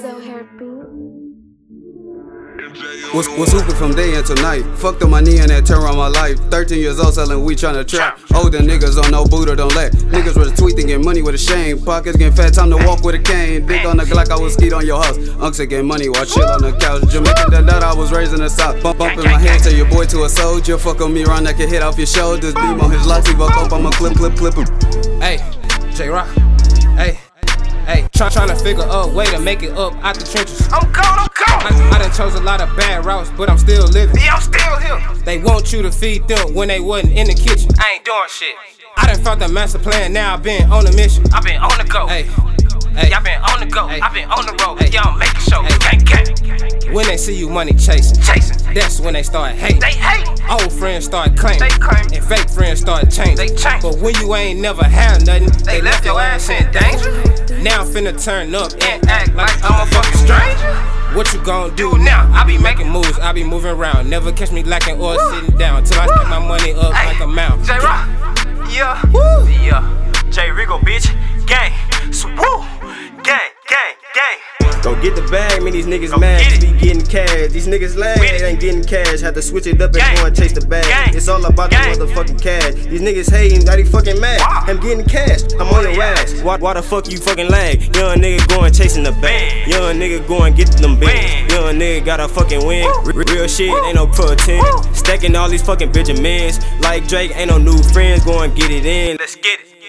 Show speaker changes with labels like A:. A: So happy.
B: Was, was hooping from day until night. Fucked on my knee and that turned around my life. 13 years old selling weed trying to trap. Older niggas don't know Buddha, don't let. Niggas with a tweet and get money with a shame. Pockets getting fat, time to walk with a cane. Dick on the Glock, I was skeet on your house. Unks get money while I chill on the couch. Jamaican that that I was raised in the south. Bump, bumping my head, tell your boy to a soldier. Fuck on me, round that can hit off your shoulders. Beam on his locks, evoke up, I'ma clip, clip, clip him.
C: Hey, J Rock. Hey, hey, try, trying to figure a way to make it up out the trenches.
D: I'm cold, I'm
C: I,
D: cold.
C: I done chose a lot of bad routes, but I'm still living.
D: Yeah, I'm still here.
C: They want you to feed them when they wasn't in the kitchen.
D: I ain't doing shit.
C: I done found the master plan, now I've been on a mission.
D: I've been on the go.
C: Hey,
D: Yeah, I've
C: hey,
D: been on the go.
C: Hey.
D: I've been on the road.
C: Hey.
D: Yeah, I'm making shows.
C: Hey.
D: Gang, gang.
C: when they see you money chasing,
D: Chasing.
C: that's when they start hating.
D: They hate.
C: Old friends start claiming,
D: They claim.
C: and fake friends start changing.
D: They change.
C: But when you ain't never had nothing,
D: They left your ass in danger.
C: Now I'm finna turn up
D: And act like I'm a fucking stranger.
C: What you gon' do
D: Do
C: now?
D: now.
C: I be
D: Be
C: making moves, I be moving around. Never catch me lacking or sitting down till I stack my money up like a mound.
D: J Rock. Yeah.
C: Woo.
D: Yeah. J Rigo, bitch. Gang. Swoop. Gang. Gang. Gang.
E: Go get the bag, man. These niggas
D: Go
E: mad.
D: get it.
E: Just be getting cash. These niggas lag.
D: With it.
E: Ain't getting cash. Had to switch it up and
D: Gang.
E: go and chase the bag.
D: Gang.
E: It's all about
D: Gang.
E: the motherfucking cash. These niggas hating. That he fucking mad.
D: Wow.
E: I'm getting cash. I'm on your
D: Yeah.
E: ass. Why, why the fuck you fucking lag? Young nigga going chasing the bag.
D: Bag.
E: Young nigga going get them
D: Bag.
E: bands. Young nigga gotta fucking win.
D: Woo.
E: Re- Real shit
D: Woo.
E: ain't no pretend.
D: Woo.
E: Stacking all these fucking Benjamins. Like Drake ain't no new friends. Going get it in.
D: Let's get it.